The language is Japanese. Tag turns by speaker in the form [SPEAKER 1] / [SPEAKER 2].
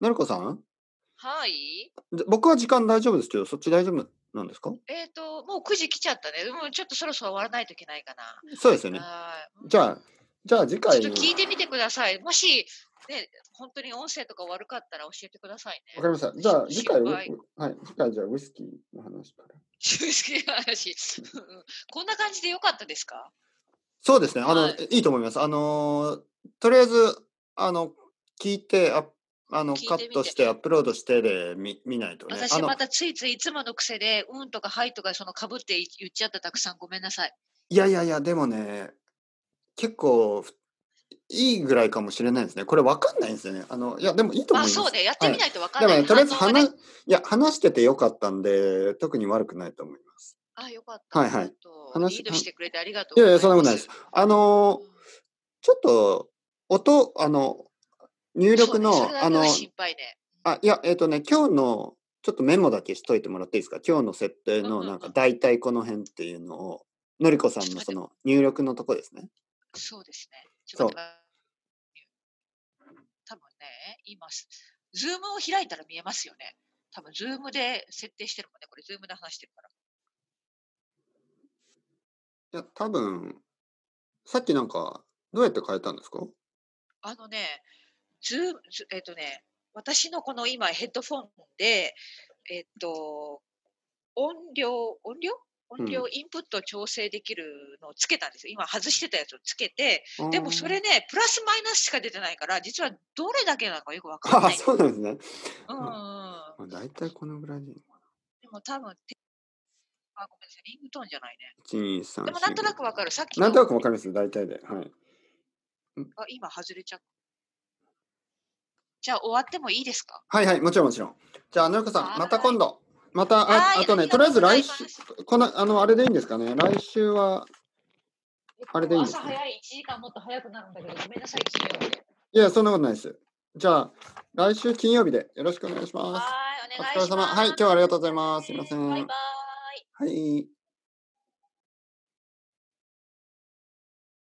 [SPEAKER 1] なるこさん
[SPEAKER 2] はい。
[SPEAKER 1] じゃ僕は時間大丈夫ですけど、そっち大丈夫なんですか
[SPEAKER 2] えっ、と、もう9時来ちゃったね。でもちょっとそろそろ終わらないといけないかな。
[SPEAKER 1] そうですよね。
[SPEAKER 2] はい。
[SPEAKER 1] じゃあ、じゃあ次回に。
[SPEAKER 2] ちょっと聞いてみてください。もし、ね、本当に音声とか悪かったら教えてください
[SPEAKER 1] わ
[SPEAKER 2] ね
[SPEAKER 1] か。りました。じゃあ次回、
[SPEAKER 2] 心
[SPEAKER 1] はい
[SPEAKER 2] 配、
[SPEAKER 1] 次回じゃあウイスキーの話から。
[SPEAKER 2] 中継の話。うんこんな感じでよかったですか
[SPEAKER 1] そうですね。あの、、
[SPEAKER 2] はい
[SPEAKER 1] いと思います。あのーとりあえず、あの、聞いて、ああの
[SPEAKER 2] 聞いて
[SPEAKER 1] カ
[SPEAKER 2] みて
[SPEAKER 1] ットしてアップロードしてで見見ないとね。あ
[SPEAKER 2] 私
[SPEAKER 1] の
[SPEAKER 2] またついついいつもの癖で、うんとかはいとかそのかぶって言っちゃったたくさんごめんなさい。
[SPEAKER 1] いやいやいや、でもね、結構ふいいぐらいかもしれないですね。これわかんないんですよね。あの、いや、でもいいと思い
[SPEAKER 2] あ、
[SPEAKER 1] ます。
[SPEAKER 2] そうね。やってみないとわか
[SPEAKER 1] で
[SPEAKER 2] ん
[SPEAKER 1] も
[SPEAKER 2] ない。
[SPEAKER 1] ね、とりあえず
[SPEAKER 2] 反応が
[SPEAKER 1] 話、
[SPEAKER 2] ね
[SPEAKER 1] いや、話しててよかったんで、特に悪くないと思います。
[SPEAKER 2] あ、よかった。
[SPEAKER 1] はいはい
[SPEAKER 2] ちょっと
[SPEAKER 1] 話
[SPEAKER 2] リードしてくれてありがと
[SPEAKER 1] いうやい
[SPEAKER 2] ござい
[SPEAKER 1] や、
[SPEAKER 2] ます。
[SPEAKER 1] そんなことないです。あのー
[SPEAKER 2] うん
[SPEAKER 1] ちょっと、音、あの、入力の、
[SPEAKER 2] そうねそれ
[SPEAKER 1] あ
[SPEAKER 2] だけ
[SPEAKER 1] の
[SPEAKER 2] は、心配ね。
[SPEAKER 1] あ、いや、えっ、とね、今日の、ちょっとメモだけしといてもらっていいですか今日の設定
[SPEAKER 2] うんう
[SPEAKER 1] の、
[SPEAKER 2] んうん
[SPEAKER 1] なんか、大体この辺っていうのを、のりこさんのその、入力のとこですね。
[SPEAKER 2] そうですね。ち
[SPEAKER 1] そ
[SPEAKER 2] ょ
[SPEAKER 1] う
[SPEAKER 2] っと待って多分ね、今す、ズームを開いたら見えますよね。多分ズームで設定してるもんね。これ、ズームで話してるから。
[SPEAKER 1] いや、多分、さっきなんか、どうやって変えたんですか
[SPEAKER 2] あのね、ズーム、ズえっ、とね、私のこの今、ヘッドフォンで、えっ、と、音量、音量音量インプットを調整できるのをつけたんですよ。今外してたやつをつけて、でもそれね、プラスマイナスしか出てないから、実はどれだけなのかよくわ
[SPEAKER 1] あー、
[SPEAKER 2] かん
[SPEAKER 1] あ
[SPEAKER 2] ない。
[SPEAKER 1] そうなんですね。
[SPEAKER 2] うんうんうん。
[SPEAKER 1] まあ、大体このぐらいでいいのか
[SPEAKER 2] でも多分て、あ、ごめんなさい、リングトーンじゃないね。
[SPEAKER 1] な。1、2、3、
[SPEAKER 2] でもなんとなくわ
[SPEAKER 1] る。
[SPEAKER 2] かる。さっきの
[SPEAKER 1] なんとなくわかりますよ、大体で。はい。
[SPEAKER 2] あ今外れちゃった。じゃあ終わってもいいですか
[SPEAKER 1] はいはい、もちろんもちろん。じゃあ、のりこさ
[SPEAKER 2] は
[SPEAKER 1] ん、
[SPEAKER 2] い
[SPEAKER 1] また今度。また、
[SPEAKER 2] は
[SPEAKER 1] あ
[SPEAKER 2] い
[SPEAKER 1] あとね、
[SPEAKER 2] あり
[SPEAKER 1] と
[SPEAKER 2] が
[SPEAKER 1] りあえ
[SPEAKER 2] とう
[SPEAKER 1] ず
[SPEAKER 2] ござい
[SPEAKER 1] 来
[SPEAKER 2] ます
[SPEAKER 1] 週、この、あの、あれでいいんですかね。来週は、あれでいいんです
[SPEAKER 2] 朝
[SPEAKER 1] か、
[SPEAKER 2] 早い1時間もっと早くなるんだけど、ごめんなさい、金曜日で。
[SPEAKER 1] いや、そんなことないです。じゃあ、来週金曜日でよろしくお願いします。
[SPEAKER 2] はーい、お
[SPEAKER 1] お
[SPEAKER 2] 願い
[SPEAKER 1] 疲れ
[SPEAKER 2] しま
[SPEAKER 1] 様。
[SPEAKER 2] す。
[SPEAKER 1] はい、今日はありがとうございます。すいません。
[SPEAKER 2] バイバーイ。
[SPEAKER 1] はい。